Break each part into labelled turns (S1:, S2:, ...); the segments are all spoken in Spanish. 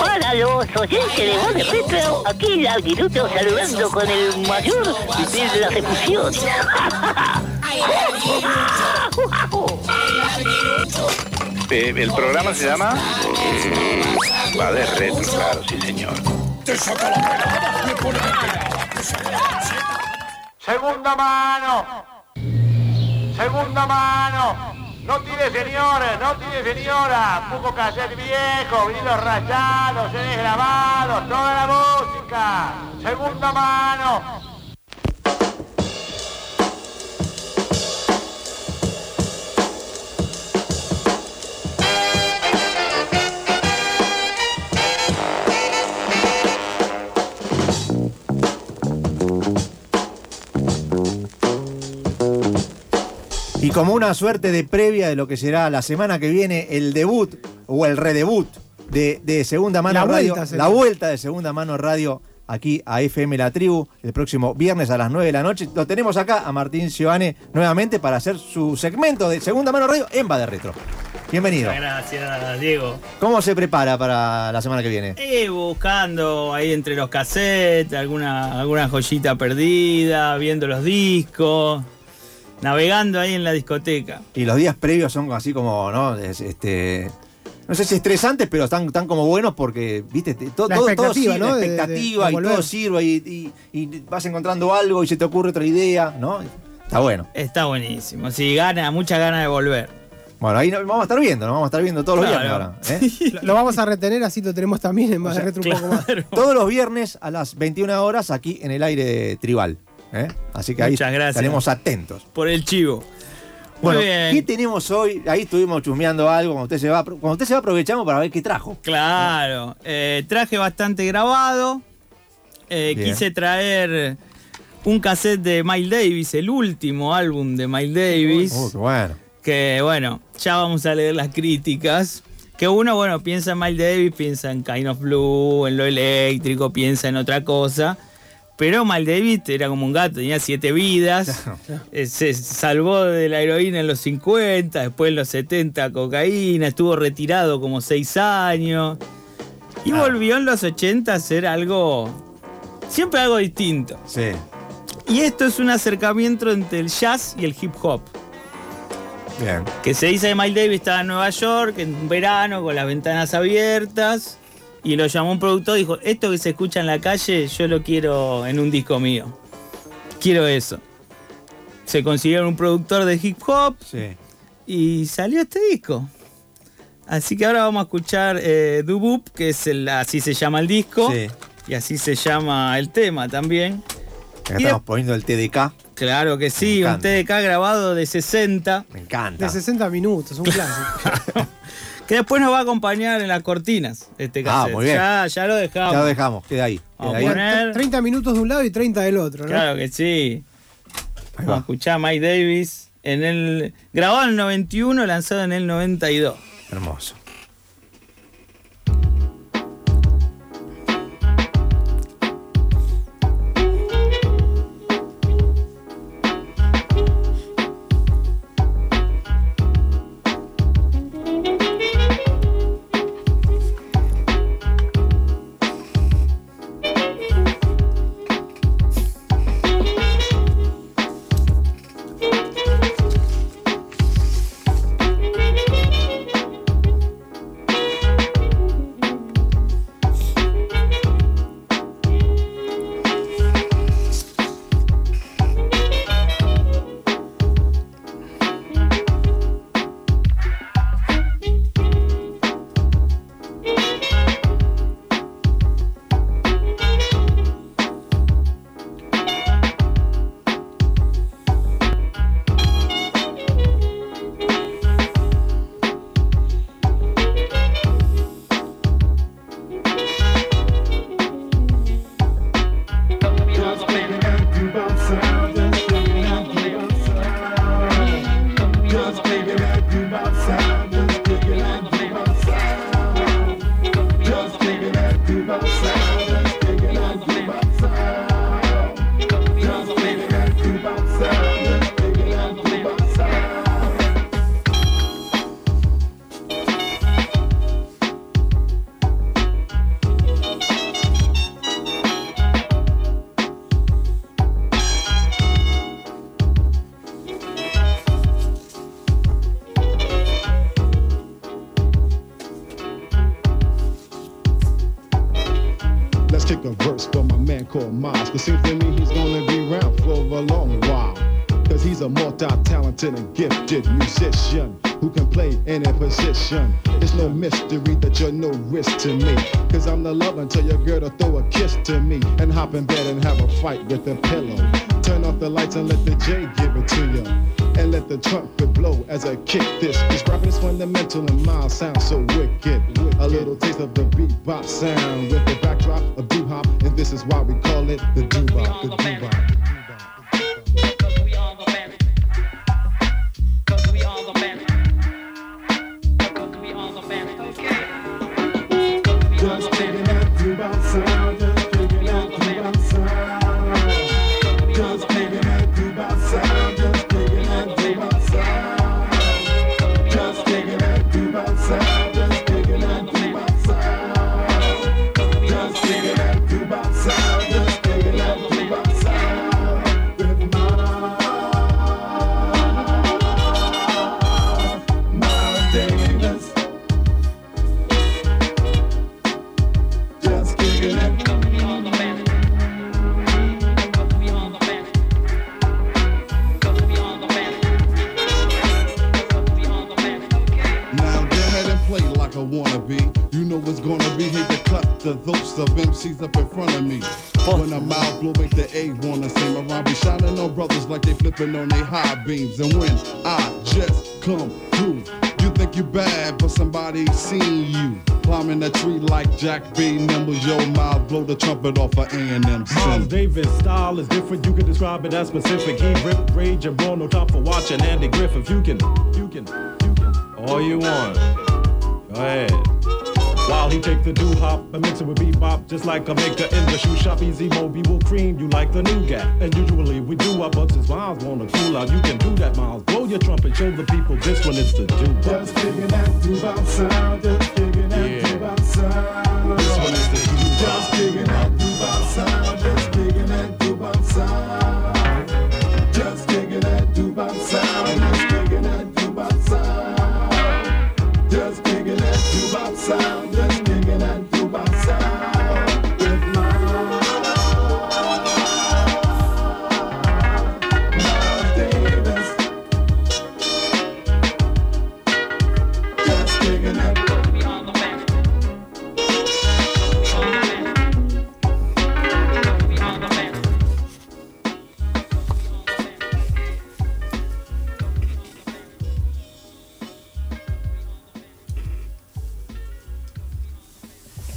S1: Para los oyentes de Voz de Petro, aquí el Aguilucho saludando con el mayor de la ejecución.
S2: Eh, el programa se llama. Mm, va de retro, claro, sí, señor.
S3: Segunda mano. Segunda mano. No tire señores, no tire señora. Puco cassette viejo, vinilos rayados, seres grabados, toda la música. Segunda mano.
S4: Y como una suerte de previa de lo que será la semana que viene el debut o el redebut de, de Segunda Mano
S5: La
S4: Radio,
S5: vuelta será.
S4: la vuelta de Segunda Mano Radio aquí a FM La Tribu el próximo viernes a las 9 de la noche. Lo tenemos acá a Martín Cioane nuevamente para hacer su segmento de Segunda Mano Radio en Va de Retro. Bienvenido.
S6: Muchas gracias, Diego.
S4: ¿Cómo se prepara para la semana que viene?
S6: Eh, buscando ahí entre los cassettes, alguna, alguna joyita perdida, viendo los discos, navegando ahí en la discoteca.
S4: Y los días previos son así como, ¿no? Es- este, no sé si estresantes, pero están, están como buenos porque, viste, te- to-
S5: La
S4: todo, todo
S5: expectativa,
S4: sirve,
S5: ¿no? De- de-
S4: expectativa
S5: de
S4: y
S5: volver.
S4: todo sirve y, y- y vas encontrando algo y se te ocurre otra idea, ¿no? Está bueno.
S6: Está buenísimo. Sí, gana, mucha gana de volver.
S4: Bueno, ahí no- vamos a estar viendo, ¿no? Vamos a estar viendo todos los
S6: Claro.
S4: viernes ahora. ¿eh?
S5: Lo, lo vamos a retener, así lo tenemos también en más de retro un poco más.
S6: Claro.
S4: todos los viernes a las 21 horas aquí en el aire de Tribal. ¿eh? Así que ahí
S6: Muchas gracias.
S4: estaremos atentos.
S6: Por el chivo.
S4: Bueno,
S6: Muy bien.
S4: ¿qué tenemos hoy? Ahí estuvimos chusmeando algo. Cuando usted se va, cuando usted se va aprovechamos para ver qué trajo.
S6: Claro, eh, traje bastante grabado. Eh,
S4: Bien.
S6: quise traer un cassette de Miles Davis, el último álbum de Miles Davis.
S4: Uh, qué bueno.
S6: Que bueno, ya vamos a leer las críticas. Que uno, bueno, piensa en Miles Davis, piensa en Kind of Blue, en lo eléctrico, piensa en otra cosa. Pero Miles Davis era como un gato, tenía siete vidas. Eh, Se salvó de la heroína en los 50, después en los 70 cocaína, estuvo retirado como seis años. Y volvió en los 80 a ser algo, siempre algo distinto.
S4: Sí.
S6: Y esto es un acercamiento entre el jazz y el hip hop.
S4: Bien.
S6: Que se dice que Miles Davis estaba en Nueva York en verano con las ventanas abiertas y lo llamó un productor y dijo, esto que se escucha en la calle yo lo quiero en un disco mío. Quiero eso. Se consiguieron un productor de hip hop
S4: Sí.
S6: y salió este disco. Así que ahora vamos a escuchar eh, Do Boop, que es el, así se llama el disco
S4: Sí.
S6: y así se llama el tema también.
S4: Acá
S6: Y
S4: estamos
S6: de-
S4: poniendo el TDK.
S6: Claro que sí,
S4: Me
S6: un
S4: encanta.
S6: TDK grabado de 60.
S4: Me encanta.
S5: De 60 minutos, un clásico.
S6: Que después nos va a acompañar en las cortinas este
S4: Ah,
S6: cassette.
S4: muy bien.
S6: Ya, ya lo dejamos.
S4: Ya lo dejamos, queda ahí.
S6: Vamos
S4: queda ahí.
S6: a
S5: ¿eh?
S6: poner.
S5: 30 minutos de un lado y 30 del otro, ¿no?
S6: Claro que sí.
S4: Ahí
S6: Vamos a
S4: va.
S6: escuchar a Mike Davis en el. grabado en el 91, lanzado en el 92.
S4: Hermoso.
S7: Kick a verse for my man called Miles. The symphony, he's gonna be around for a long while. Cause he's a multi-talented and gifted musician who can play any position. It's no mystery that you're no risk to me. Cause I'm the lover until your girl to throw a kiss to me and hop in bed and have a fight with a pillow. Turn off the lights and let the J give it to you. And let the trumpet blow as I kick this. This rapping is fundamental and my sound so wicked. A little taste of the bebop sound with the backdrop of doo-hop. And this is why we call it the doo-wop, the doo-wop. Just kicking that doo-wop sound, just kicking that doo-wop sound. Just kicking that doo-wop sound, just kicking that doo-wop sound. Just kicking that doo-wop sound, just kicking that doo-wop sound. Just kicking that doo-wop sound, just kicking that doo-wop sound. With my, my Davis. Just kicking it. Now go ahead and play like a wannabe. You know it's gonna be hate to cut the throats of MCs up in front of me. When I'm out blowing the A wanna see my rhyme be shining on brothers like they flipping on their high beams. And when I just come through, you think you bad, but somebody seen you. Climbing a tree like Jack B. Nimble, yo, mouth blow the trumpet off of A&M.
S8: Miles
S7: Simmons.
S8: Davis' style is different. You can describe it as specific. He rip rage and brawl. No time for watching Andy Griffith. You can, you can, you can, all you want. Go ahead. While he take the do hop and mix it with bebop, just like a maker in the shoe shop. Easy Moby will cream you like the new guy. And usually we do our but since Miles wanna cool out, you can do that, Miles. Blow your trumpet, show the people this one is the do
S7: Just kicking that doo-bop sound, just kicking that
S8: Yeah.
S7: doo-bop sound.
S8: This one is the doo-wop.
S7: Just kicking that doo-bop sound, just kicking that doo-bop sound. Just kicking that doo-bop sound, just kicking that doo-bop sound. Just kicking that doo-bop sound, just kicking that doo-bop sound. With my, my Davis. Just kicking that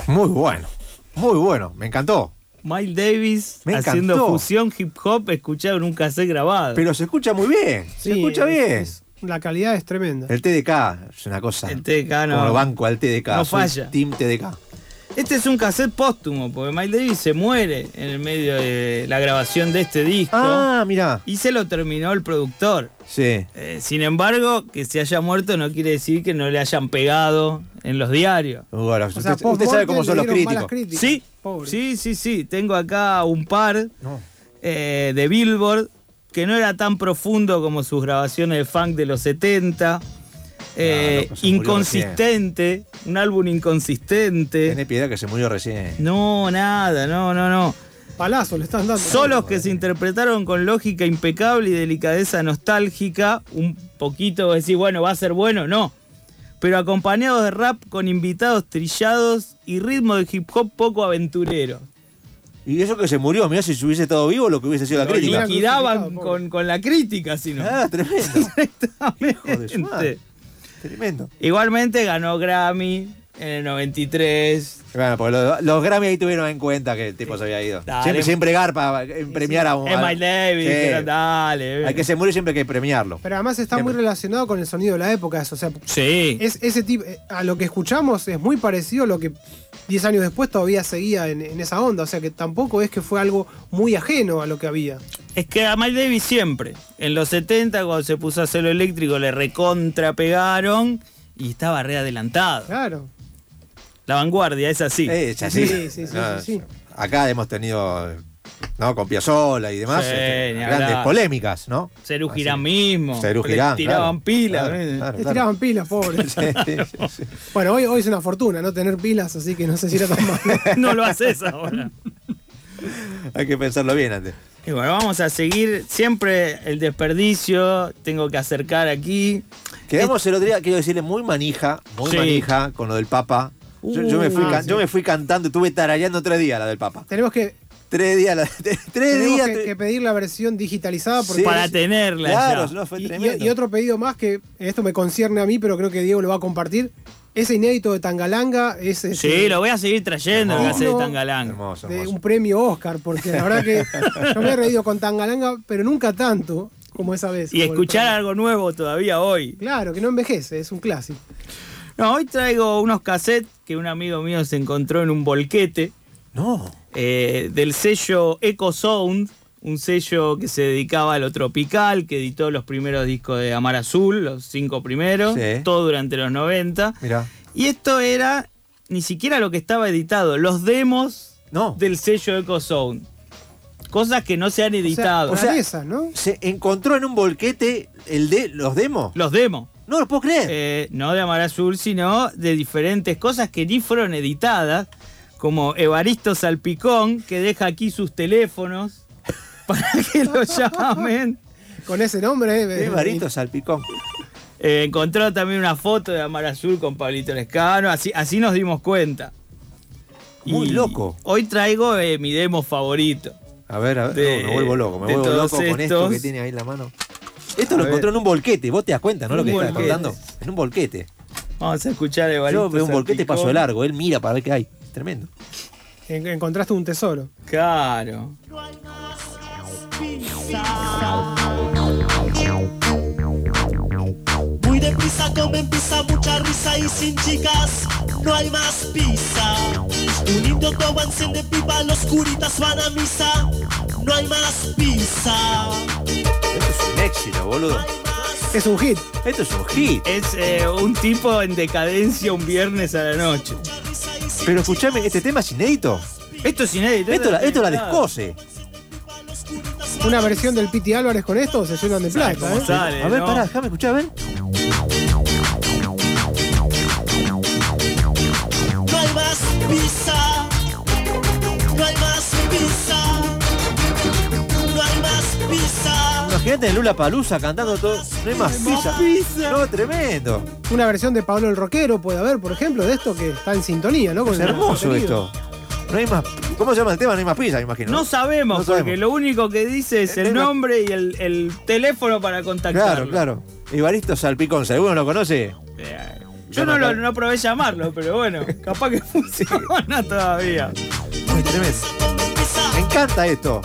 S4: Muy bueno. Muy bueno. Me encantó.
S6: Miles Davis
S4: Me
S6: haciendo
S4: encantó.
S6: fusión hip hop, escuchado en un cassette grabado.
S4: Pero se escucha muy bien. se escucha
S5: es-
S4: bien. Eh,
S5: es- la calidad es tremenda.
S4: El TDK es una cosa.
S6: El TDK Este, no-
S4: Como lo banco al TDK.
S6: no
S4: soy
S6: falla.
S4: Team TDK.
S6: Este es un cassette póstumo, porque Miles Davis se muere en el medio de la grabación de este disco.
S4: Ah, mira.
S6: Y se lo terminó el productor.
S4: Sí.
S6: Eh, sin embargo, que se haya muerto no quiere decir que no le hayan pegado en los diarios.
S4: Bueno,
S5: O
S4: usted,
S5: sea,
S4: usted sabe cómo
S5: post-mortem
S4: son
S5: le
S4: los
S5: dieron malas
S4: críticos.
S5: críticas.
S6: Sí,
S5: Pobre.
S6: sí, sí, sí. Tengo acá un par
S4: No.
S6: eh, de Billboard que no era tan profundo como sus grabaciones de funk de los 70. Eh,
S4: loco, se murió
S6: inconsistente, un álbum inconsistente.
S4: Tiene piedad que se murió recién.
S6: No, nada, no, no, no.
S5: Palazo le están dando.
S6: Solos que se interpretaron con lógica impecable y delicadeza nostálgica, un poquito decir, bueno, va a ser bueno, no. Pero acompañados de rap con invitados trillados y ritmo de hip hop poco aventurero.
S4: Y eso que se murió, mirá si hubiese estado vivo lo que hubiese sido la
S6: Lo
S4: crítica.
S6: liquidaban
S5: Pobre.
S6: con, con la crítica, si no.
S4: Ah, tremendo. Hijo de su madre.
S6: Exactamente.
S4: tremendo.
S6: Igualmente ganó Grammy en el 93.
S4: Bueno, porque los, los Grammy ahí tuvieron en cuenta que el tipo se había ido.
S6: Dale.
S4: Siempre, siempre garpa en premiar a un.
S6: Es Em Miles Davis,
S4: Sí.
S6: pero dale. eh.
S4: Al que se muere siempre hay que premiarlo.
S5: Pero además está muy relacionado con el sonido de la época. eso, O sea,
S6: Sí.
S5: es ese tipo, eh, a lo que escuchamos es muy parecido a lo que 10 años después todavía seguía en, en esa onda. O sea que tampoco es que fue algo muy ajeno a lo que había.
S6: Es que a Miles Davis siempre. En los 70, cuando se puso a hacer lo eléctrico, le recontra pegaron y estaba re adelantado.
S5: Claro.
S6: La vanguardia es así.
S4: Eh, es así.
S5: Sí, sí, sí, sí, sí.
S4: Acá hemos tenido ¿no? Con Piazzolla y demás,
S6: Sí,
S4: este,
S6: ni hablar.
S4: grandes polémicas, ¿no?
S6: Cerú
S4: Así.
S6: Girán mismo.
S4: Cerú
S6: Le
S4: Girán,
S6: tiraban
S4: claro,
S6: pilas.
S4: claro,
S6: ¿no?
S4: claro, Este,
S5: Les
S4: claro.
S5: tiraban pilas, pobre.
S4: Sí, sí, sí.
S5: Bueno, hoy, hoy es una fortuna no tener pilas, así que no sé si era tan malo.
S6: No lo haces ahora.
S4: Hay que pensarlo bien antes.
S6: Y bueno, vamos a seguir. Siempre el desperdicio. Tengo que acercar aquí.
S4: Quedamos el otro día, quiero decirle, muy manija, muy
S6: Este Sí.
S4: manija con lo del Papa. Yo, yo me fui,
S5: Uh,
S4: can-
S5: sí.
S4: yo me fui cantando, estuve tarareando tres días la del Papa.
S5: Tenemos que,
S4: Tres días, la- tres
S5: tenemos
S4: días.
S5: que,
S4: tres-
S5: que pedir la versión digitalizada porque
S4: Sí.
S6: Para tenerla.
S4: Claro,
S6: ya.
S4: no, fue
S5: Y- y-
S4: tremendo.
S5: Y, otro pedido más que esto me concierne a mí, pero creo que Diego lo va a compartir. Ese inédito de Tangalanga es este,
S6: Sí, lo voy a seguir trayendo. Lo voy a hacer de
S5: Hermoso.
S6: Tangalanga.
S4: Hermoso,
S5: de
S4: hermoso.
S5: un premio Oscar, porque la verdad que yo me he reído con Tangalanga, pero nunca tanto como esa vez.
S6: Y
S5: como el
S6: escuchar
S5: premio.
S6: algo nuevo todavía hoy.
S5: Claro, que no envejece, es un clásico.
S6: No, hoy traigo unos cassettes que un amigo mío se encontró en un bolquete
S4: No.
S6: eh, del sello Eco Sound, un sello que se dedicaba a lo tropical, que editó los primeros discos de Amar Azul, los cinco primeros,
S4: Sí.
S6: todo durante los 90.
S4: Mirá.
S6: Y esto era ni siquiera lo que estaba editado, los demos
S4: No.
S6: del sello Eco Sound. Cosas que no se han editado.
S5: O sea, rareza, ¿no?
S4: Se encontró en un volquete el de los demos.
S6: los demos.
S4: No lo puedo creer.
S6: Eh, no de Amar Azul, sino de diferentes cosas que ni fueron editadas, como Evaristo Salpicón, que deja aquí sus teléfonos para que lo llamen.
S5: Con ese nombre. eh,
S4: Qué barito salpicón.
S6: Eh, encontró también una foto de Amar Azul con Pablito Lescano, así, así nos dimos cuenta.
S4: Muy loco.
S6: Hoy traigo eh, mi demo favorito.
S4: A ver, a ver.
S6: De-
S4: no, me vuelvo loco. Me
S6: de
S4: vuelvo loco
S6: todos
S4: con esto
S6: estos.
S4: que tiene ahí en la mano. Esto lo
S6: A
S4: encontró
S6: ver.
S4: en un volquete. Vos te das cuenta, ¿no? Lo
S6: Un
S4: que estás
S6: volquete.
S4: contando. En un volquete.
S6: Vamos a escuchar a Evaristo
S4: Yo veo un volquete y
S6: Salpicón.
S4: paso de largo. Él mira para ver qué hay. Tremendo.
S5: en- encontraste un tesoro.
S6: Claro.
S9: Muy deprisa comen pizza, mucha risa y sin chicas, no hay más pizza. Un indio toma enciende pipa, los curitas van a misa, no hay más pizza.
S4: Esto es un éxito, boludo.
S5: Es un hit.
S4: Esto es un hit.
S6: Es eh, un tipo en decadencia un viernes a la noche.
S4: Pero escuchame, este tema es inédito.
S6: Esto es inédito.
S4: Esto la, esto la
S6: editado.
S4: descose.
S5: Una versión del Piti Álvarez con esto se llenan de plata.
S6: cómo
S5: ¿eh?
S6: sale,
S4: A ver,
S6: ¿no?
S4: pará, déjame escuchar, a ver.
S9: No hay más pizza, no hay más pizza, no hay más pizza.
S4: Imagínate en Lula Palusa cantando todo. No hay más pizza. No, tremendo.
S5: Una versión de Pablo el Roquero puede haber, por ejemplo, de esto que está en sintonía, ¿no? Con
S4: Es
S5: el
S4: hermoso
S5: contenido.
S4: esto. No hay más. ¿Cómo se llama el tema? No hay más pizza, me imagino.
S6: No sabemos,
S4: No
S6: porque lo único que dice es
S4: Eh, eh,
S6: el
S4: no.
S6: nombre y el, el teléfono para contactarlo.
S4: Claro, claro. Ibaristo Salpicón, ¿seguro lo conoce?
S6: Eh, Yo no, lo, no probé llamarlo, pero bueno, capaz que funciona todavía.
S4: Muy tremendo. Me encanta esto.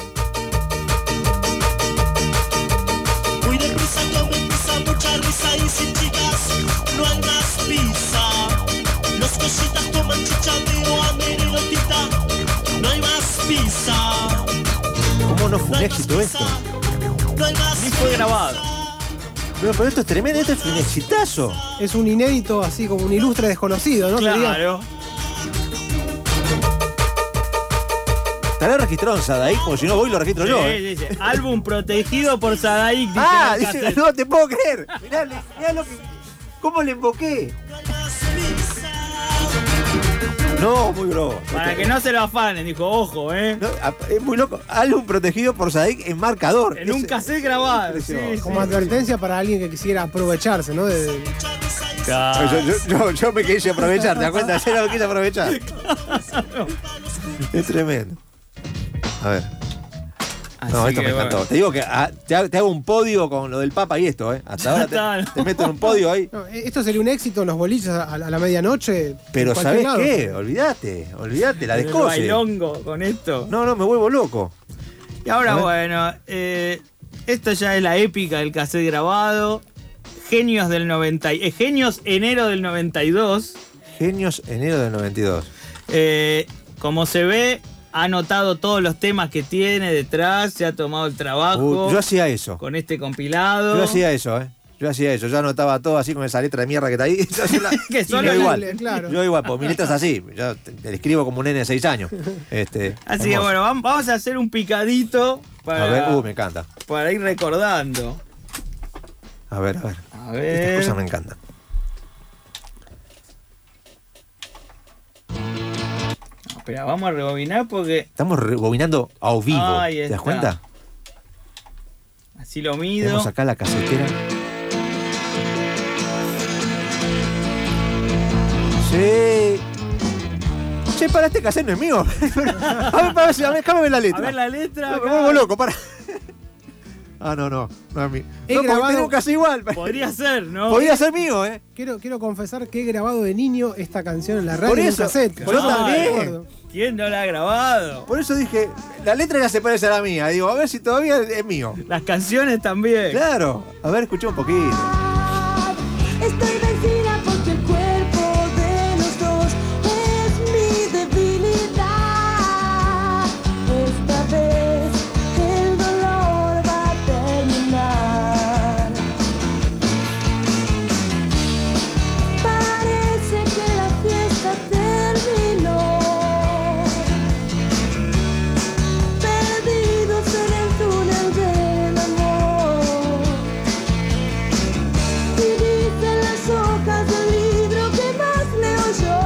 S9: Muy deprisa comen pizza, mucha risa y sin chicas, no hay más pizza. Los cositas toman chichateo a menelotita, no hay más pizza.
S4: ¿Cómo
S9: No
S4: no fue un
S9: hay más
S4: éxito
S9: pizza,
S4: esto?
S9: no hay más
S6: Ni fue grabado.
S4: Pero, pero esto es tremendo, esto es un exitazo.
S5: Es un inédito, así como un ilustre desconocido, ¿no? Sería-
S6: Claro.
S4: Estará registrado en Sadaí, como si no voy lo registro yo.
S6: Sí,
S4: ¿eh?
S6: dice, álbum protegido por Sadaik. dice
S4: Ah,
S6: la
S4: dice,
S6: cassette.
S4: no te puedo creer. Mirá, le- mirá lo que. ¿Cómo le invoqué? No, muy bravo.
S6: Para que no se lo afanen, dijo, ojo, ¿eh?
S4: No, a- es muy loco. Álbum protegido por Sadek en marcador.
S6: En un
S4: Es-
S6: cassette grabado. Sí,
S4: impresionante.
S5: Como advertencia para alguien que quisiera aprovecharse, ¿no? De- de-
S4: Yo,
S6: Claro.
S4: yo, yo- yo me quise aprovechar, ¿te das cuenta? Ayer no me quise aprovechar. Es tremendo. A ver. No,
S6: Así
S4: esto
S6: que,
S4: me
S6: bueno.
S4: encantó. Te digo que ah, te, ha- te hago un podio con lo del Papa y esto, ¿eh? Hasta ahora
S6: Ya
S4: te,
S6: está,
S4: te meto en un podio ahí.
S5: no, e, esto sería un éxito en los bolillos a, a la medianoche. en
S4: Pero
S5: cualquier
S4: ¿sabés
S5: lado.
S4: qué? Olvídate, olvídate, la
S6: El
S4: descose.
S6: bailongo con esto.
S4: No, no, me vuelvo loco.
S6: Y ahora,
S4: A ver.
S6: bueno, eh, esto ya es la épica del cassette grabado. Genios del 90. y- eh, Genios enero del 92.
S4: Genios, enero del 92.
S6: Eh, como se ve, ha anotado todos los temas que tiene detrás. Se ha tomado el trabajo
S4: Uh, yo hacía eso.
S6: con este compilado.
S4: Yo hacía eso, ¿eh? Yo hacía eso, yo anotaba todo así con esa letra de mierda que está ahí. Yo, hacía la-
S6: Que
S4: y
S6: solo
S4: yo
S6: la
S4: igual,
S5: lees, claro.
S4: yo igual, pues mi letra es así. Yo te- te escribo como un nene de 6 años. Este,
S6: Así que
S4: hermoso.
S6: bueno, vam- vamos a hacer un picadito para,
S4: A ver, uh, me encanta.
S6: para ir recordando.
S4: A ver, a ver.
S6: A
S4: Estas
S6: ver.
S4: cosas me encantan.
S6: Espera, vamos a rebobinar porque
S4: Estamos rebobinando a vivo.
S6: Ahí
S4: ¿Te das
S6: está.
S4: cuenta?
S6: así lo mido.
S4: Tenemos acá la casetera. Sí. Che, para este cassette no es mío. a ver, para, a ver, cámbiame la letra.
S6: A ver la letra.
S4: Me
S6: acá.
S4: vuelvo loco, para. Ah, no, no, no es mío.
S5: He
S4: no, porque
S5: grabado-
S4: tengo casi igual.
S6: Podría ser, ¿no?
S4: Podría ser mío, ¿eh?
S5: Quiero, quiero confesar que he grabado de niño esta canción en la radio
S4: Por
S5: en un
S4: eso,
S5: cassette.
S4: por
S5: Yo
S6: eso
S5: no me
S6: también.
S5: acuerdo.
S6: ¿Quién no la ha grabado?
S4: Por eso dije, la letra ya se parece a la mía. Digo, a ver si todavía es mío.
S6: Las canciones también.
S4: Claro. A ver, escuché un poquito.
S10: Estoy vencida porque el cuerpo de los dos es mi debilidad. Esta vez el dolor va a terminar. Parece que la fiesta terminó. Perdidos en el túnel del amor. Y dicen las hojas del libro que más leo yo.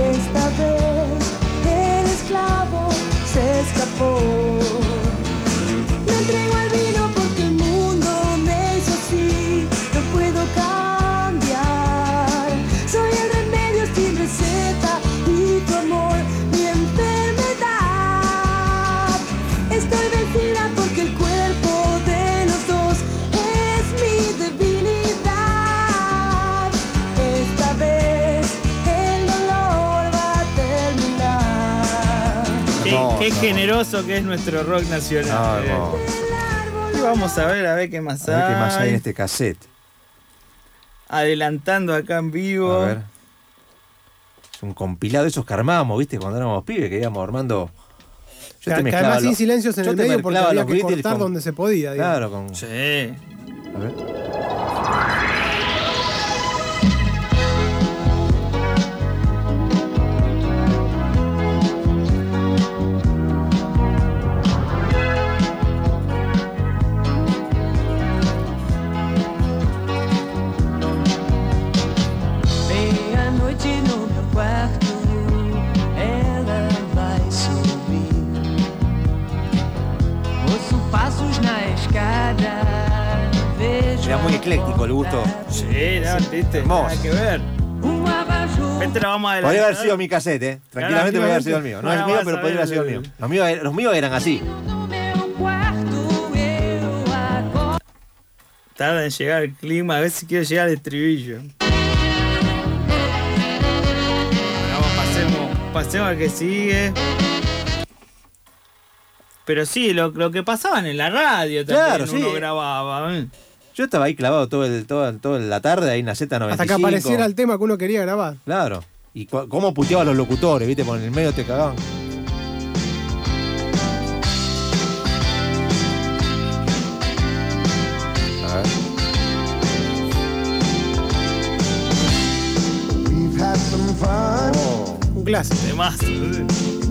S10: Esta vez el esclavo se escapó. Me entrego al vino porque el mundo me hizo así. No puedo cambiar. Soy el remedio sin receta y tu amor mi enfermedad. Estoy vencida porque el cuerpo de los dos es mi debilidad. Esta vez el dolor va a terminar.
S6: Qué,
S4: No,
S6: qué
S4: no.
S6: generoso que es nuestro rock
S4: No,
S6: nacional. eh.
S4: hermoso.
S10: El árbol
S6: Y Vamos a ver, a ver qué más
S4: A ver qué más hay
S6: hay.
S4: en este cassette.
S6: Adelantando acá en vivo.
S4: A ver. Es un compilado de esos que armábamos, ¿viste? Cuando éramos pibes, que íbamos armando.
S5: Que- que además sin silencios en
S4: yo
S5: el
S4: te
S5: medio porque
S4: mezclaba
S5: había
S4: los
S5: que
S4: Beatles
S5: cortar
S4: con-
S5: donde se podía. digamos.
S4: Claro, con.
S6: Sí.
S4: A ver.
S10: Meia-noite no meu quarto, ela vai subir. Ouço passos na escada. Vejo
S4: Era muy ecléctico el gusto.
S6: Sí, no, viste,
S4: Hermoso.
S6: nada que ver.
S10: um abajur.
S6: Este lo vamos a
S4: Podría
S6: adelantar.
S4: haber sido mi cassette, ¿eh? Tranquilamente podría haber sido el mío. No es
S6: Ahora
S4: mío,
S6: Ah, vas a
S4: pero podría
S6: ver
S4: haber sido el mío.
S6: el-
S4: Los míos, los míos eran así.
S10: No meu quarto, eu acordo.
S6: Tarda en llegar el clima, a ver si quiero llegar al estribillo. Bueno, vamos, pasemos, pasemos al que sigue. Pero sí, lo, lo que pasaban en la radio también
S4: Claro, sí.
S6: uno grababa. ¿eh?
S4: Yo estaba ahí clavado todo el, todo, toda la tarde ahí en la Z95.
S5: Hasta que apareciera el tema que uno quería grabar.
S4: Claro. Y cu- cómo puteaba a los locutores, ¿viste? Por el medio te cagaban. A ver.
S8: We've had some fun.
S5: Un clásico.
S6: Demás.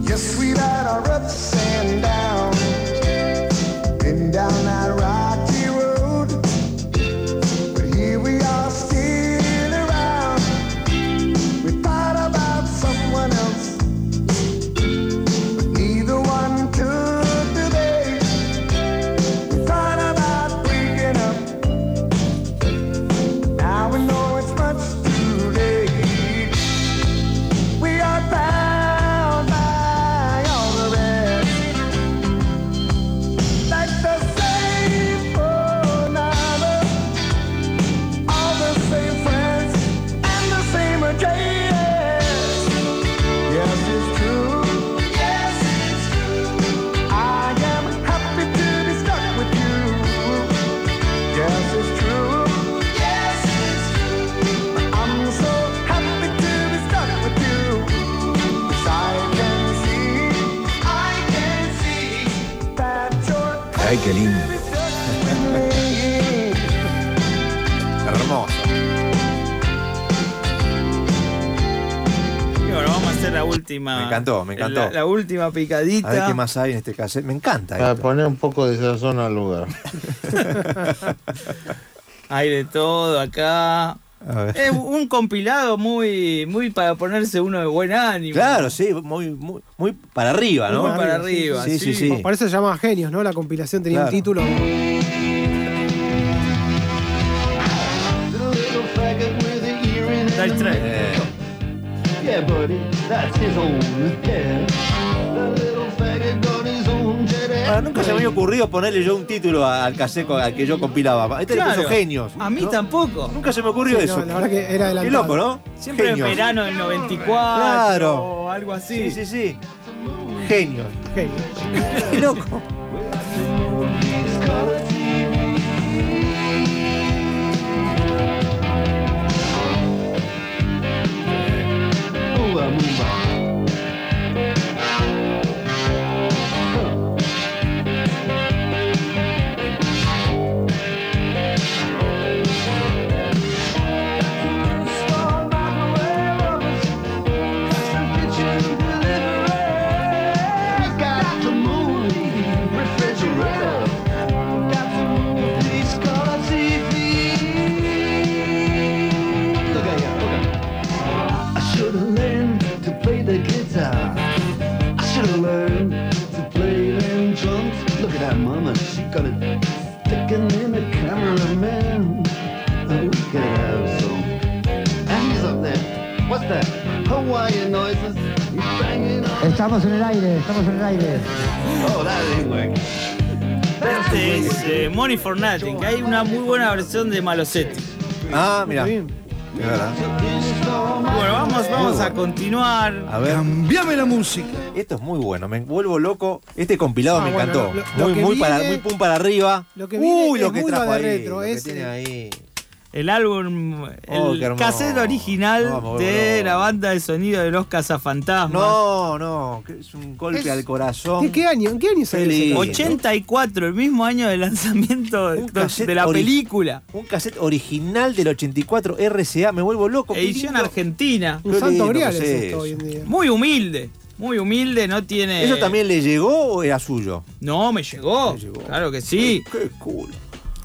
S8: Yes, we've had our ups and downs. Been down that rocky road. But here we are still around. We thought about someone else. But neither one took the bait. We thought about breaking up. Now we know it's much too late. We are bound by all the rest. Like the same old novel. All the same friends and the same address. Yes, it's true. Yes, it's true. I am happy to be stuck with you. Yes, it's true. Yes, it's true. I'm so happy to be stuck with you. 'Cause I can see, I can see that you're
S11: Ay, qué lindo.
S8: happy stuck with me.
S6: la última.
S4: Me encantó, me encantó.
S6: La, la última picadita.
S4: A ver qué más hay en este cassette. Me
S6: Ah,
S4: encanta. esto.
S12: poner un poco de sazón al lugar.
S6: Hay de todo acá.
S4: A ver.
S6: Es un compilado muy, muy para ponerse uno de buen ánimo.
S4: Claro, sí, muy, muy, muy para arriba, ¿no?
S6: Muy para arriba,
S4: Sí, sí,
S6: sí.
S4: sí.
S5: Por eso se llama Genios, ¿no? La compilación tenía
S4: Claro.
S5: un título.
S6: Dice Track.
S4: Eh,
S9: Yeah, buddy, that's his own head. The little faggot got his own jet
S4: ahora, nunca se me había ocurrido ponerle yo un título a- al cassette co- al que yo compilaba. Este le
S6: Claro.
S4: puso genios.
S6: A mí
S4: ¿no?
S6: tampoco.
S4: Nunca se me ocurrió
S5: Sí, no,
S4: eso.
S5: la verdad que era
S4: Qué
S5: adelantado.
S4: loco, ¿no?
S6: Siempre en verano del 94
S4: Claro.
S6: o algo así.
S4: Sí, sí, sí. Genios.
S5: Genios.
S4: Qué loco.
S9: E Oh,
S10: Estamos en el aire, estamos en el aire.
S6: Este es eh, Money for Nothing, que hay una muy buena versión de Malosetti.
S4: Ah, mira.
S5: Muy bien.
S4: De verdad.
S6: Bueno, vamos, vamos
S4: Uh.
S6: a continuar.
S4: A ver,
S12: Cambiame la música.
S4: esto es muy bueno, me vuelvo loco. Este compilado
S5: Ah,
S4: me
S5: bueno,
S4: encantó.
S5: lo- lo
S4: muy,
S5: que
S4: muy, para,
S5: viene-
S4: muy pum para arriba.
S5: lo que viene
S4: Uy, lo
S5: es
S4: que
S5: muy
S4: trajo ahí.
S5: Bad Retro,
S4: lo que
S5: es-
S4: tiene ahí.
S6: El álbum,
S4: Oh, qué
S6: el
S4: hermoso.
S6: cassette original
S4: No, me
S6: de
S4: vuelvo
S6: la
S4: loco.
S6: banda de sonido de los cazafantasmas.
S4: No, no, que es un golpe
S5: Es-
S4: al corazón.
S5: ¿De qué año? ¿En qué año salió
S4: Feliz.
S5: ese cassette?
S6: 84, el mismo año de lanzamiento de,
S4: Un cassette
S6: de la
S4: ori-
S6: película.
S4: Un cassette original del 84 RCA, me vuelvo loco. qué
S6: Edición
S4: lindo.
S6: argentina.
S5: Un
S4: Qué lindo
S5: santo
S4: que
S5: grial
S4: es
S5: es esto
S4: eso.
S5: hoy en día.
S6: Muy humilde, muy humilde, no tiene.
S4: ¿Eso también le llegó o era suyo?
S6: No, me llegó.
S4: Me llegó.
S6: Claro que sí.
S4: Qué cool.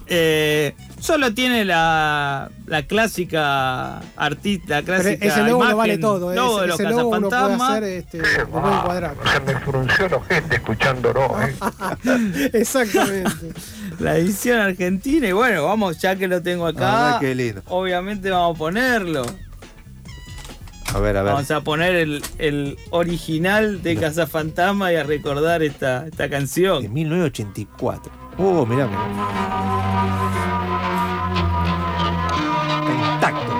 S6: Eh, solo tiene la, la clásica artista, la
S5: Pero
S6: clásica.
S5: ese logo
S6: imagen,
S5: lo vale todo, ¿eh?
S6: logo
S5: ese,
S6: de los
S5: ese logo uno puede
S6: cazafantasmas.
S5: hacer este, lo puede encuadrar.
S8: Se me frunció los gente escuchándolo, ¿eh?
S5: Exactamente.
S6: La edición argentina. Y bueno, vamos, ya que lo tengo acá.
S4: Ah, qué lindo.
S6: Obviamente vamos a ponerlo.
S4: A ver, a ver.
S6: Vamos a poner el, el original de Cazafantasma y a recordar esta, esta
S4: De
S6: canción.
S4: 1984. Oh, mirá, mirá. Está intacto.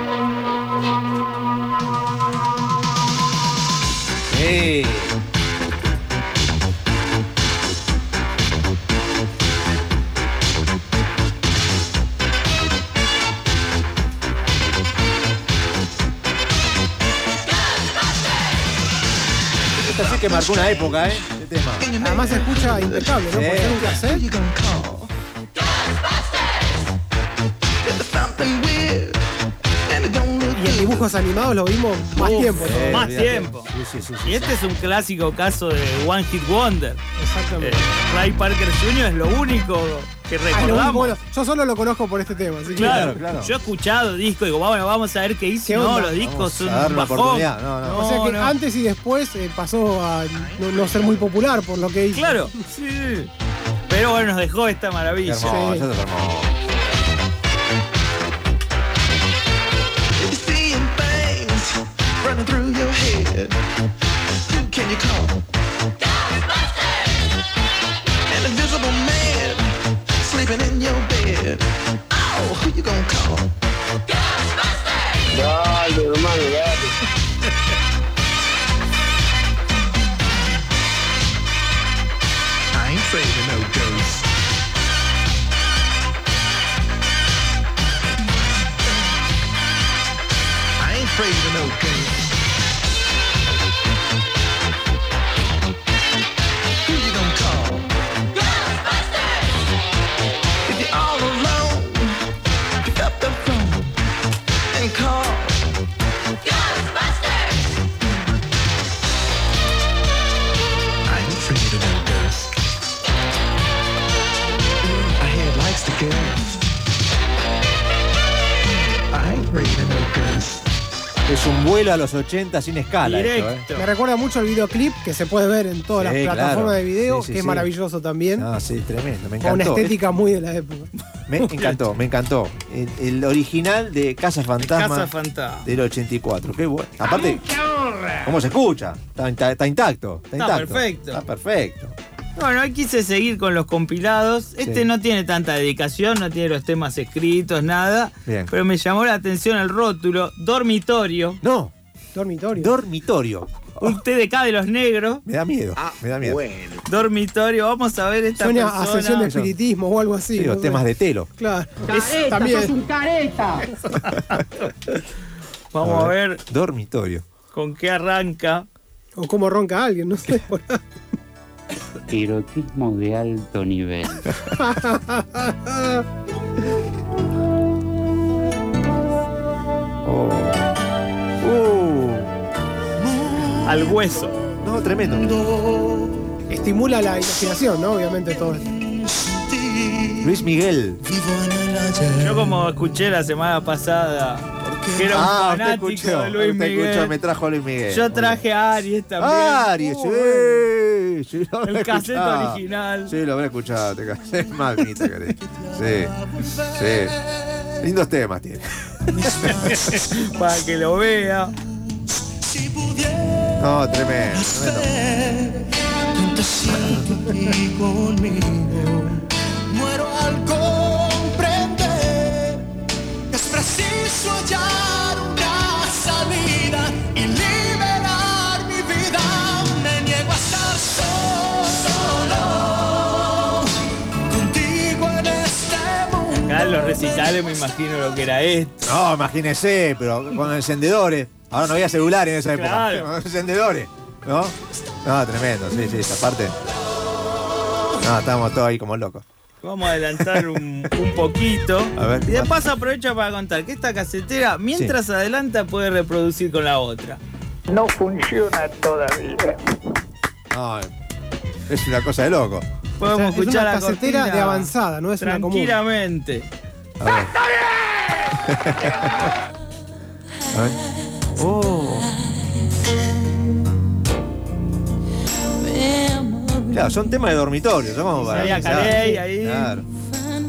S4: ¡Eh! Esta sí que marcó una época, ¿eh? Este tema.
S5: Además se escucha impecable, ¿no? Por
S4: Sí.
S5: ser un cassette. Y en dibujos animados lo vimos más
S6: Uf,
S5: tiempo. ¿no?
S6: eh. Más
S4: olvídate.
S6: tiempo.
S4: Sí, sí, sí, sí.
S6: Y este es un clásico caso de One Hit Wonder. Eh,
S5: Exactamente.
S6: Ray Parker Jr. es lo único que
S5: Ah, lo único,
S6: recordamos.
S5: bueno, yo solo lo conozco por este tema. así que-
S6: Claro,
S4: Claro, claro.
S6: Yo he escuchado discos, digo, bueno, vamos a ver qué hice.
S5: ¿Qué
S6: no,
S5: onda?
S6: los discos
S4: Vamos a
S6: son
S4: darle
S6: un
S4: una
S6: bajón.
S4: oportunidad, no, no.
S5: O sea que
S6: no.
S5: antes y después eh, pasó a no, no ser muy popular por lo que hizo.
S6: Claro, sí. Pero bueno, nos dejó esta
S4: Qué
S6: maravilla.
S4: hermoso,
S5: Sí.
S4: esto es hermoso.
S9: Seeing things running through your head. Who can you call? An invisible man sleeping in your bed. Oh, who you gonna call? I ain't afraid of no ghosts. I ain't afraid of no ghosts. Who you gonna call? Ghostbusters! If you're all alone, pick up the
S4: Es un vuelo a los 80 sin escala. esto, ¿eh?
S6: Directo.
S5: Me recuerda mucho el videoclip que se puede ver en todas
S4: Sí,
S5: las plataformas
S4: claro.
S5: de video,
S4: Sí, sí,
S5: que es
S4: sí.
S5: maravilloso también.
S4: ¿eh?
S6: Ah,
S4: No, sí, tremendo. Me
S5: con una
S4: encantó.
S5: estética muy de la época.
S4: Me encantó, me encantó. El, el original de Casa Fantasma
S6: Casa Fantasma.
S4: del 84. Qué bueno. Aparte, ¿cómo se escucha? Está, inta- está intacto. Está,
S6: Está
S4: intacto.
S6: perfecto.
S4: Está perfecto.
S6: Bueno, hoy quise seguir con los compilados. Este
S4: Sí.
S6: no tiene tanta dedicación, no tiene los temas escritos, nada.
S4: Bien.
S6: Pero me llamó la atención el rótulo, dormitorio,
S4: No,
S5: Dormitorio.
S4: dormitorio.
S6: un TDK de los negros,
S4: Me da miedo. me da miedo.
S6: dormitorio. Vamos a ver esta
S5: Suena a sesión de
S6: persona.
S5: espiritismo o algo así.
S4: Sí, los
S5: no sé.
S4: temas de telo.
S5: Claro. Es- también.
S6: Vamos a ver
S4: Dormitorio.
S6: con qué arranca.
S5: O cómo ronca alguien, no sé. por ahí.
S13: Erotismo de alto nivel.
S4: Oh. Uh,
S6: Al hueso.
S4: no, tremendo.
S5: Estimula la imaginación, ¿no? Obviamente todo esto.
S4: Luis Miguel.
S6: Yo como escuché la semana pasada, porque era un
S4: Ah, usted
S6: fanático
S4: escuchó.
S6: de Luis
S4: usted
S6: Miguel.
S4: escuchó, me trajo Luis Miguel.
S6: Yo
S4: Muy bien.
S6: traje a Aries también.
S4: Aries,
S6: Muy bueno.
S4: sí, sí, lo habré
S6: El cassette
S4: escuchado.
S6: original.
S4: Sí, lo habré escuchado, te cansé más te querés. Sí, sí. Lindos temas tiene.
S6: Para que lo vea.
S4: No, tremendo. tremendo.
S9: conmigo. Muero al comprender que es preciso hallar una salida y liberar mi vida. Me niego a estar solo, contigo en este mundo.
S6: Acá en los recitales me imagino lo que era este. esto.
S4: No, imagínese, pero con encendedores. Ahora no había celular en esa época.
S6: Claro.
S4: Con encendedores, ¿no? No, tremendo, sí, sí, esa parte. No, estamos todos ahí como locos.
S6: Vamos a adelantar un, un poquito.
S4: A ver.
S6: Y de paso aprovecho para contar que esta casetera, mientras adelanta, puede reproducir con la otra.
S1: No funciona todavía.
S4: No, es una cosa de loco.
S5: O sea,
S6: Podemos
S5: es
S6: escuchar
S5: una
S6: la
S5: casetera
S6: cortina
S5: de avanzada, no es una común.
S6: Tranquilamente.
S4: A ver. A ver. Oh. Claro, son temas de dormitorio, son como para.
S6: María
S4: pensar.
S6: Carey ahí.
S4: Claro.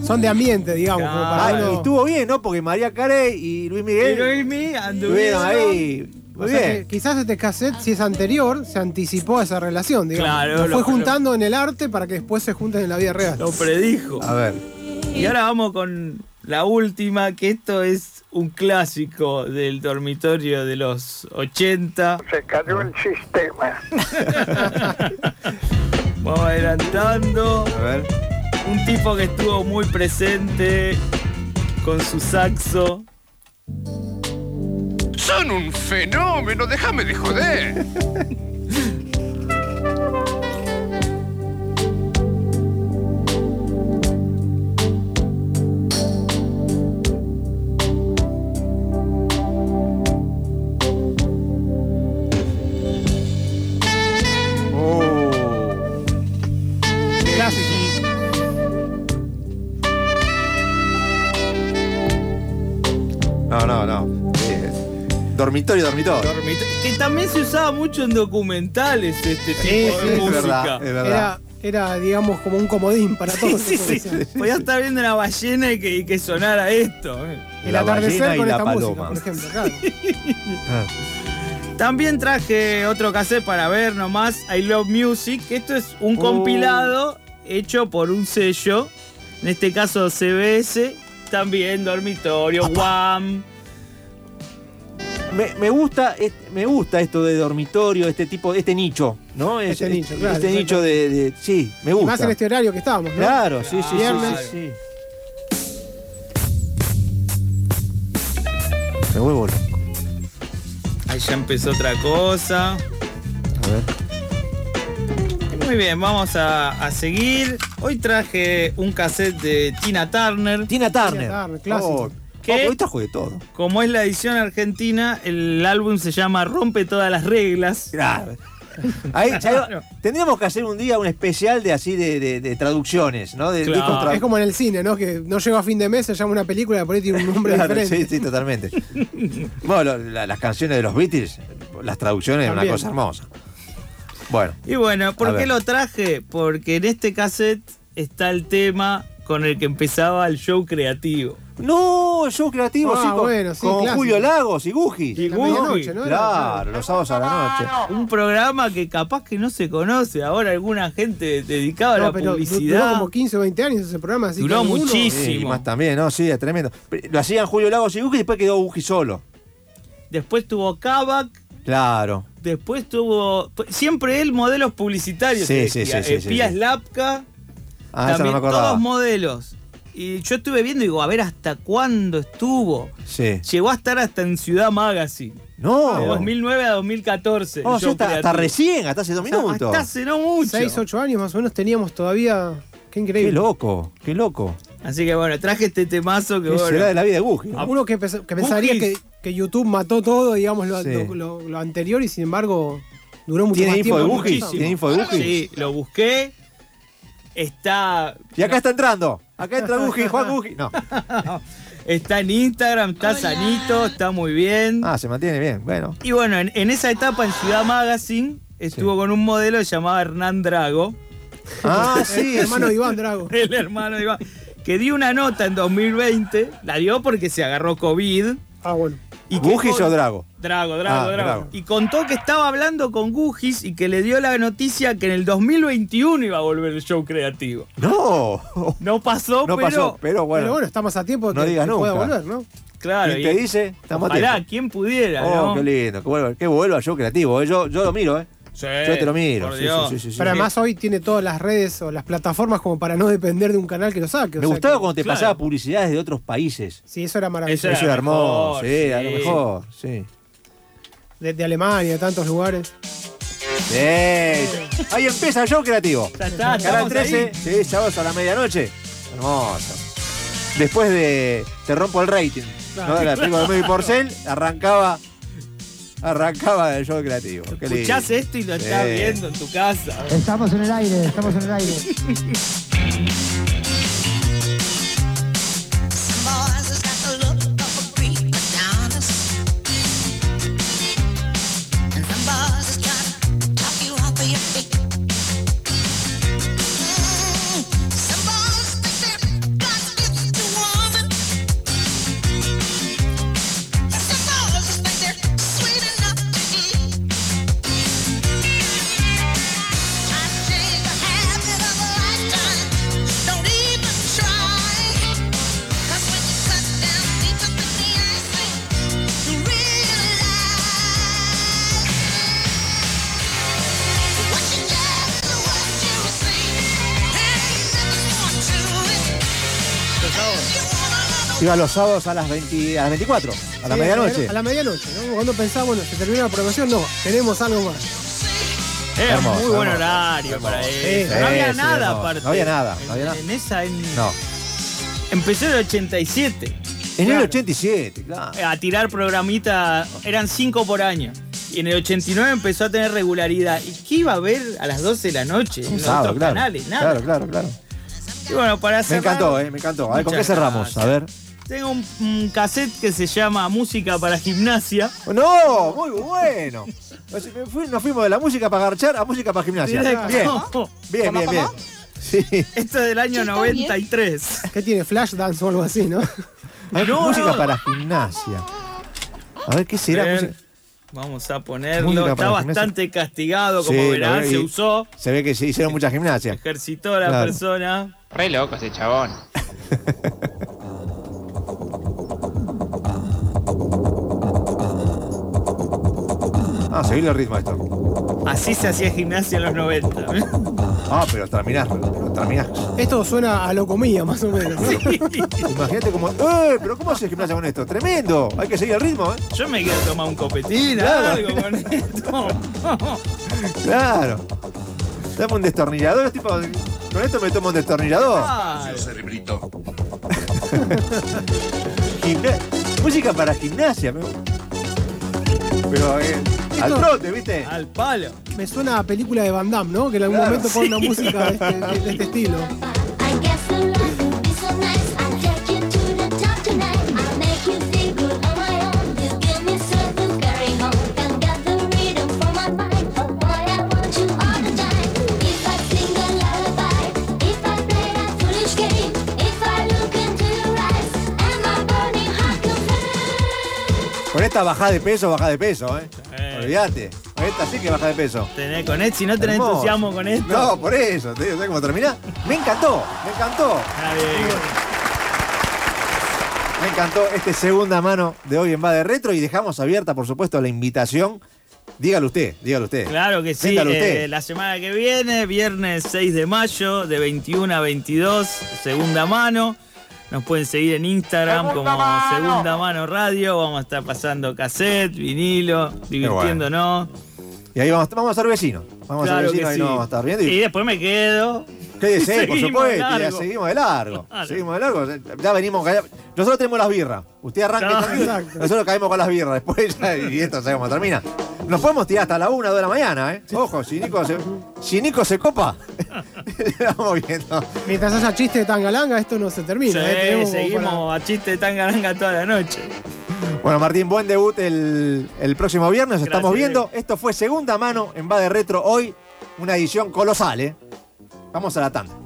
S5: Son de ambiente, digamos. como para
S4: Ah,
S5: uno-
S4: y estuvo bien, ¿no? Porque María Carey y Luis Miguel
S6: Pero y mí
S4: estuvieron
S6: anduvieron
S4: ahí. Muy
S5: O sea
S4: bien.
S5: que quizás este cassette, si es anterior, se anticipó a esa relación, digamos.
S6: Claro,
S5: lo
S6: lo-
S5: fue juntando en el arte para que después se junten en la vida real.
S6: Lo predijo.
S4: A ver.
S6: Y ahora vamos con la última, que esto es un clásico del dormitorio de los 80.
S1: Se cayó el sistema.
S6: Vamos adelantando.
S4: A ver.
S6: Un tipo que estuvo muy presente con su saxo.
S2: Son un fenómeno, déjame de joder.
S4: Oh.
S5: Clásico.
S4: No, no, no. Sí, es- Dormitorio, dormitorio.
S6: dormitorio, Que también se usaba mucho en documentales este tipo
S5: sí,
S6: de
S5: es
S4: Es
S6: música.
S4: verdad, es verdad.
S5: Era, era, digamos, como un comodín para
S6: Sí,
S5: todos.
S6: sí, sí. Podía estar viendo una ballena y que, y que sonara esto. eh.
S5: El
S4: La ballena
S5: atardecer
S4: y
S5: con
S4: la
S5: esta música,
S4: paloma.
S5: por ejemplo. Claro.
S4: Ah,
S6: También traje otro cassette para ver nomás, I Love Music. que Esto es un compilado hecho por un sello, en este caso CBS, también Dormitorio, Guam.
S4: Me, me gusta, es- me gusta esto de dormitorio, este tipo, este nicho, ¿no? Es-
S5: Este
S4: es-
S5: nicho, claro,
S4: Este nicho de, de- Sí, me
S5: Y
S4: gusta.
S5: Más en este horario que estábamos, ¿no?
S4: Claro, sí, sí, sí,
S5: Viernes.
S4: sí, sí. Me vuelvo loco.
S6: Ahí ya empezó otra cosa.
S4: A ver.
S6: Muy bien, vamos a, a seguir. Hoy traje un cassette de Tina Turner.
S4: Tina Turner.
S5: Tina Turner, clásico.
S4: Oh,
S6: ¿Qué?
S4: oh, hoy trajo de todo.
S6: Como es la edición argentina, el álbum se llama Rompe todas las reglas.
S4: Claro. Ahí, Chayo, Tendríamos que hacer un día un especial de así de, de- de traducciones, ¿no? De
S6: Claro.
S4: discos tradu-
S5: Es como en el cine, ¿no? Que no llega a fin de mes, se llama una película y por ahí tiene un nombre
S4: Claro,
S5: diferente.
S4: sí, sí, totalmente. bueno, lo- la- las canciones de los Beatles, las traducciones,
S5: También.
S4: una cosa hermosa. Bueno,
S6: Y bueno,
S4: A
S6: ¿por qué
S4: ver.
S6: lo traje? Porque en este cassette está el tema con el que empezaba el show creativo.
S4: no, show creativo,
S5: Ah,
S4: sí, con,
S5: bueno, sí,
S4: con
S5: clásico.
S4: Julio Lagos y Guji.
S6: Y
S5: La
S6: Gugi.
S5: medianoche, ¿no? Era-
S4: Claro, los sábados a la noche.
S6: Un programa que capaz que no se conoce. Ahora alguna gente dedicada a
S5: No,
S6: la
S5: pero du- duró
S6: publicidad.
S5: como 15 o 20 años ese programa, así
S6: Duró
S5: que alguno-
S6: muchísimo.
S4: Sí, y más también, ¿no? Sí, es tremendo. Pero Lo hacían Julio Lagos y Guji y después quedó Guji solo.
S6: Después tuvo Kavak.
S4: Claro.
S6: Después tuvo. pues, Siempre él, modelos publicitarios.
S4: Sí,
S6: que
S4: sí,
S6: decía.
S4: sí, sí,
S6: Eh,
S4: sí,
S6: Pías
S4: sí.
S6: Lapka.
S4: Ah, esa no me
S6: también
S4: acordaba.
S6: todos modelos. Y yo estuve viendo y digo, a ver hasta cuándo estuvo.
S4: Sí.
S6: Llegó a estar hasta en Ciudad Magazine. De
S4: No.
S6: 2009 a 2014.
S4: Oh,
S6: el
S4: sí,
S6: show
S4: hasta, hasta
S6: creativo.
S4: recién, hasta hace dos
S6: Hasta-
S4: minutos.
S6: Hasta hace no mucho.
S5: 6, 8 años más o menos teníamos todavía. Qué
S4: Qué
S5: increíble.
S4: loco, qué loco.
S6: Así que bueno, traje este temazo que
S4: ¿Qué será de
S6: bueno.
S4: la vida de Guji?
S6: Ah,
S4: no?
S5: Uno que, pesa- que pensaría que, que YouTube mató todo, digamos, lo,
S4: Sí.
S5: lo- lo- lo anterior y sin embargo duró mucho
S4: ¿Tiene
S5: más
S4: info de
S5: tiempo. Eh,
S4: Guji?
S5: Muchísimo.
S4: ¿Tiene info de Guji?
S6: Sí, lo busqué. Está.
S4: Y acá está entrando. Acá entra Guji, Juan Guji. No.
S6: Está en Instagram, está sanito, está muy bien.
S4: Ah, se mantiene bien. Bueno.
S6: Y bueno, en, en esa etapa en Ciudad Magazine estuvo con un modelo llamado Hernán Drago,
S4: Ah, sí.
S5: Hermano
S4: sí.
S5: de Iván Drago.
S6: el hermano de Iván, que dio una nota en 2020, la dio porque se agarró COVID.
S5: Ah, bueno.
S6: Y que-
S4: Gugis o Drago.
S6: Drago, Drago,
S4: Ah,
S6: Drago.
S4: Drago.
S6: Y contó que estaba hablando con Gugis y que le dio la noticia que en el 2021 iba a volver el show creativo.
S4: No.
S6: No pasó,
S4: No
S6: pero.
S4: pasó, pero
S5: Pero
S4: bueno.
S5: bueno, estamos a tiempo de
S4: No
S5: que,
S4: digas
S5: que pueda
S4: nunca.
S5: volver, ¿no?
S6: Claro,
S4: ¿Quién te
S6: y-
S4: dice? Estamos
S6: ojalá,
S4: atentos.
S6: quien pudiera,
S4: Oh,
S6: ¿no?
S4: qué lindo. Que vuelva, que vuelva yo creativo. eh. Yo, yo lo miro, ¿eh?
S6: Sí,
S4: Yo te lo miro.
S6: por
S4: Sí,
S6: Dios.
S4: sí, sí, sí, sí.
S5: Pero además hoy tiene todas las redes o las plataformas como para no depender de un canal que lo saque. o
S4: Me
S5: sea
S4: gustaba
S5: que-
S4: cuando te
S6: claro.
S4: pasaba publicidades de otros países.
S5: Sí, eso era maravilloso.
S6: Eso era
S4: Eso era hermoso.
S6: mejor,
S4: Sí, a lo
S6: sí.
S4: mejor. Sí.
S5: De, de Alemania, de tantos lugares.
S4: Sí. Ahí empieza yo creativo.
S6: Ya está,
S4: Canal
S6: estamos
S4: 13,
S6: ahí.
S4: sí, sábados a la medianoche. Hermoso. Después de Te rompo el rating, ¿no? De la película de Mary Porcel, arrancaba. Arrancaba el show creativo. Qué lindo.
S6: Escuchás eh? esto y lo estás
S4: Sí.
S6: viendo en tu casa.
S10: Estamos en el aire, estamos en el aire.
S9: Boys has got the look of a Greek Adonis. And some boys has got to talk you off of your feet. Mm, some boys think that God's gift to woman. Some boys just think they're sweet enough to eat. Trying to change the habit of a lifetime. Don't even try. Cause when you cut down deep up in the icing, you realize what you get is what you receive. Ain't nothing more to it. You wanna learn
S4: Iba los sábados a las, 20 a las 24, a la
S5: Sí,
S4: medianoche.
S5: A la medianoche, ¿no? Cuando pensás, bueno, se terminó la programación, no, tenemos algo más.
S6: Es
S4: Hermoso,
S6: muy buen
S4: hermoso,
S6: horario para eso.
S4: Sí,
S6: no había
S4: sí,
S6: nada
S4: hermoso.
S6: aparte.
S4: No había nada, no había
S6: En-
S4: nada.
S6: En esa en-
S4: No.
S6: empezó en el 87
S4: En el
S5: Claro.
S4: 87, claro.
S6: a tirar programita, eran cinco por año. Y en el 89 empezó a tener regularidad. ¿Y qué iba a ver a las 12 de la noche en
S4: Un
S6: los
S4: sábado,
S6: otros
S4: claro.
S6: canales? Nada.
S4: Claro, claro, claro.
S6: Y bueno, para
S4: Me
S6: cerrar,
S4: encantó, eh, me encantó. A ver, ¿con qué
S6: Muchas
S4: cerramos?
S6: gracias.
S4: A ver.
S6: Tengo un, un cassette que se llama Música para Gimnasia.
S4: ¡No! Muy bueno. Nos fu- nos fuimos de la música para garchar a música para gimnasia.
S6: Directo.
S4: Bien, bien, bien, bien. Sí.
S6: Esto es del año
S10: Sí, está bien.
S6: 93.
S5: ¿Qué tiene Flash Dance o algo así, no?
S4: Hay
S6: No,
S4: música
S6: no.
S4: para gimnasia. A ver, ¿qué será?
S6: Ver,
S4: Música-
S6: Vamos a ponerlo.
S4: Música
S6: Está
S4: para gimnasia.
S6: bastante castigado, como
S4: Sí, lo
S6: verán,
S4: veo
S6: se
S4: y-
S6: usó.
S4: Se ve que se hicieron mucha gimnasia.
S6: Ejercitó la
S4: Claro.
S6: persona.
S13: Re loco ese chabón.
S4: Ah, seguirle el ritmo a esto.
S6: Así se hacía gimnasia en los 90.
S4: Ah, pero terminás, pero terminás.
S5: Esto suena a locomía, más o menos. ¿no?
S4: Imagínate como. ¡Eh! ¿Pero cómo haces gimnasia con esto? ¡Tremendo! Hay que seguir el ritmo, ¿eh?
S6: Yo me quiero tomar un copetín,
S4: Claro.
S6: algo con esto.
S4: Claro. Dame un destornillador, tipo. Con esto me tomo un destornillador.
S6: Claro.
S4: Gimna- música para gimnasia, me gusta. Pero eh, al
S5: Esto-
S4: trote, ¿viste?
S6: Al palo.
S5: Me suena a película de Van Damme, ¿no? Que en algún
S4: Claro,
S5: momento pone una
S6: sí.
S5: música de este, de- de este estilo.
S9: Oh,
S4: Con esta bajada de peso, bajada de peso, ¿eh?
S6: Eh.
S4: Olvídate. Con esta sí que baja de peso.
S6: Tenés con esto, si no tenés
S4: Hermoso.
S6: entusiasmo con esto.
S4: No, por eso. te digo, ¿Sabes cómo termina? Me encantó, me encantó.
S6: Está bien.
S4: Me encantó este segunda mano de hoy en Va de Retro y dejamos abierta, por supuesto, la invitación. Dígalo usted, dígalo usted.
S6: Claro que sí.
S4: Métalo usted.
S6: eh, la semana que viene, viernes 6 de mayo, de 21 a 22, segunda mano. Nos pueden seguir en Instagram
S3: Segunda
S6: como
S3: mano.
S6: Segunda Mano Radio. Vamos a estar pasando cassette, vinilo, divirtiéndonos.
S4: Y ahí vamos, vamos a ser vecinos. Vamos a
S6: Claro
S4: ser
S6: que
S4: vecinos y
S6: sí.
S4: no vamos a estar viendo.
S6: Y
S4: Y,
S6: después me quedo.
S4: ¿Qué desee, por
S6: seguimos
S4: supuesto? y ya
S6: largo.
S4: seguimos de largo.
S6: Claro.
S4: Seguimos de largo. Ya venimos. ca- Nosotros tenemos las birras. Usted arranca
S6: No,
S4: tranquilo, Nosotros caemos con las birras después ya- y esto sabemos cómo termina. Nos podemos tirar hasta la una, dos de la mañana, ¿eh? Ojo, si Nico se, si Nico se copa, vamos viendo.
S5: Mientras haya chiste de tangalanga, esto no se termina.
S6: Sí,
S5: ¿eh? Tenemos como
S6: seguimos a chiste de tangaranga toda la noche.
S4: Bueno, Martín, buen debut el, el próximo viernes. Estamos
S6: Gracias,
S4: viendo. Esto fue segunda mano en Va de Retro hoy. Una edición colosal, ¿eh? Vamos a la tanda.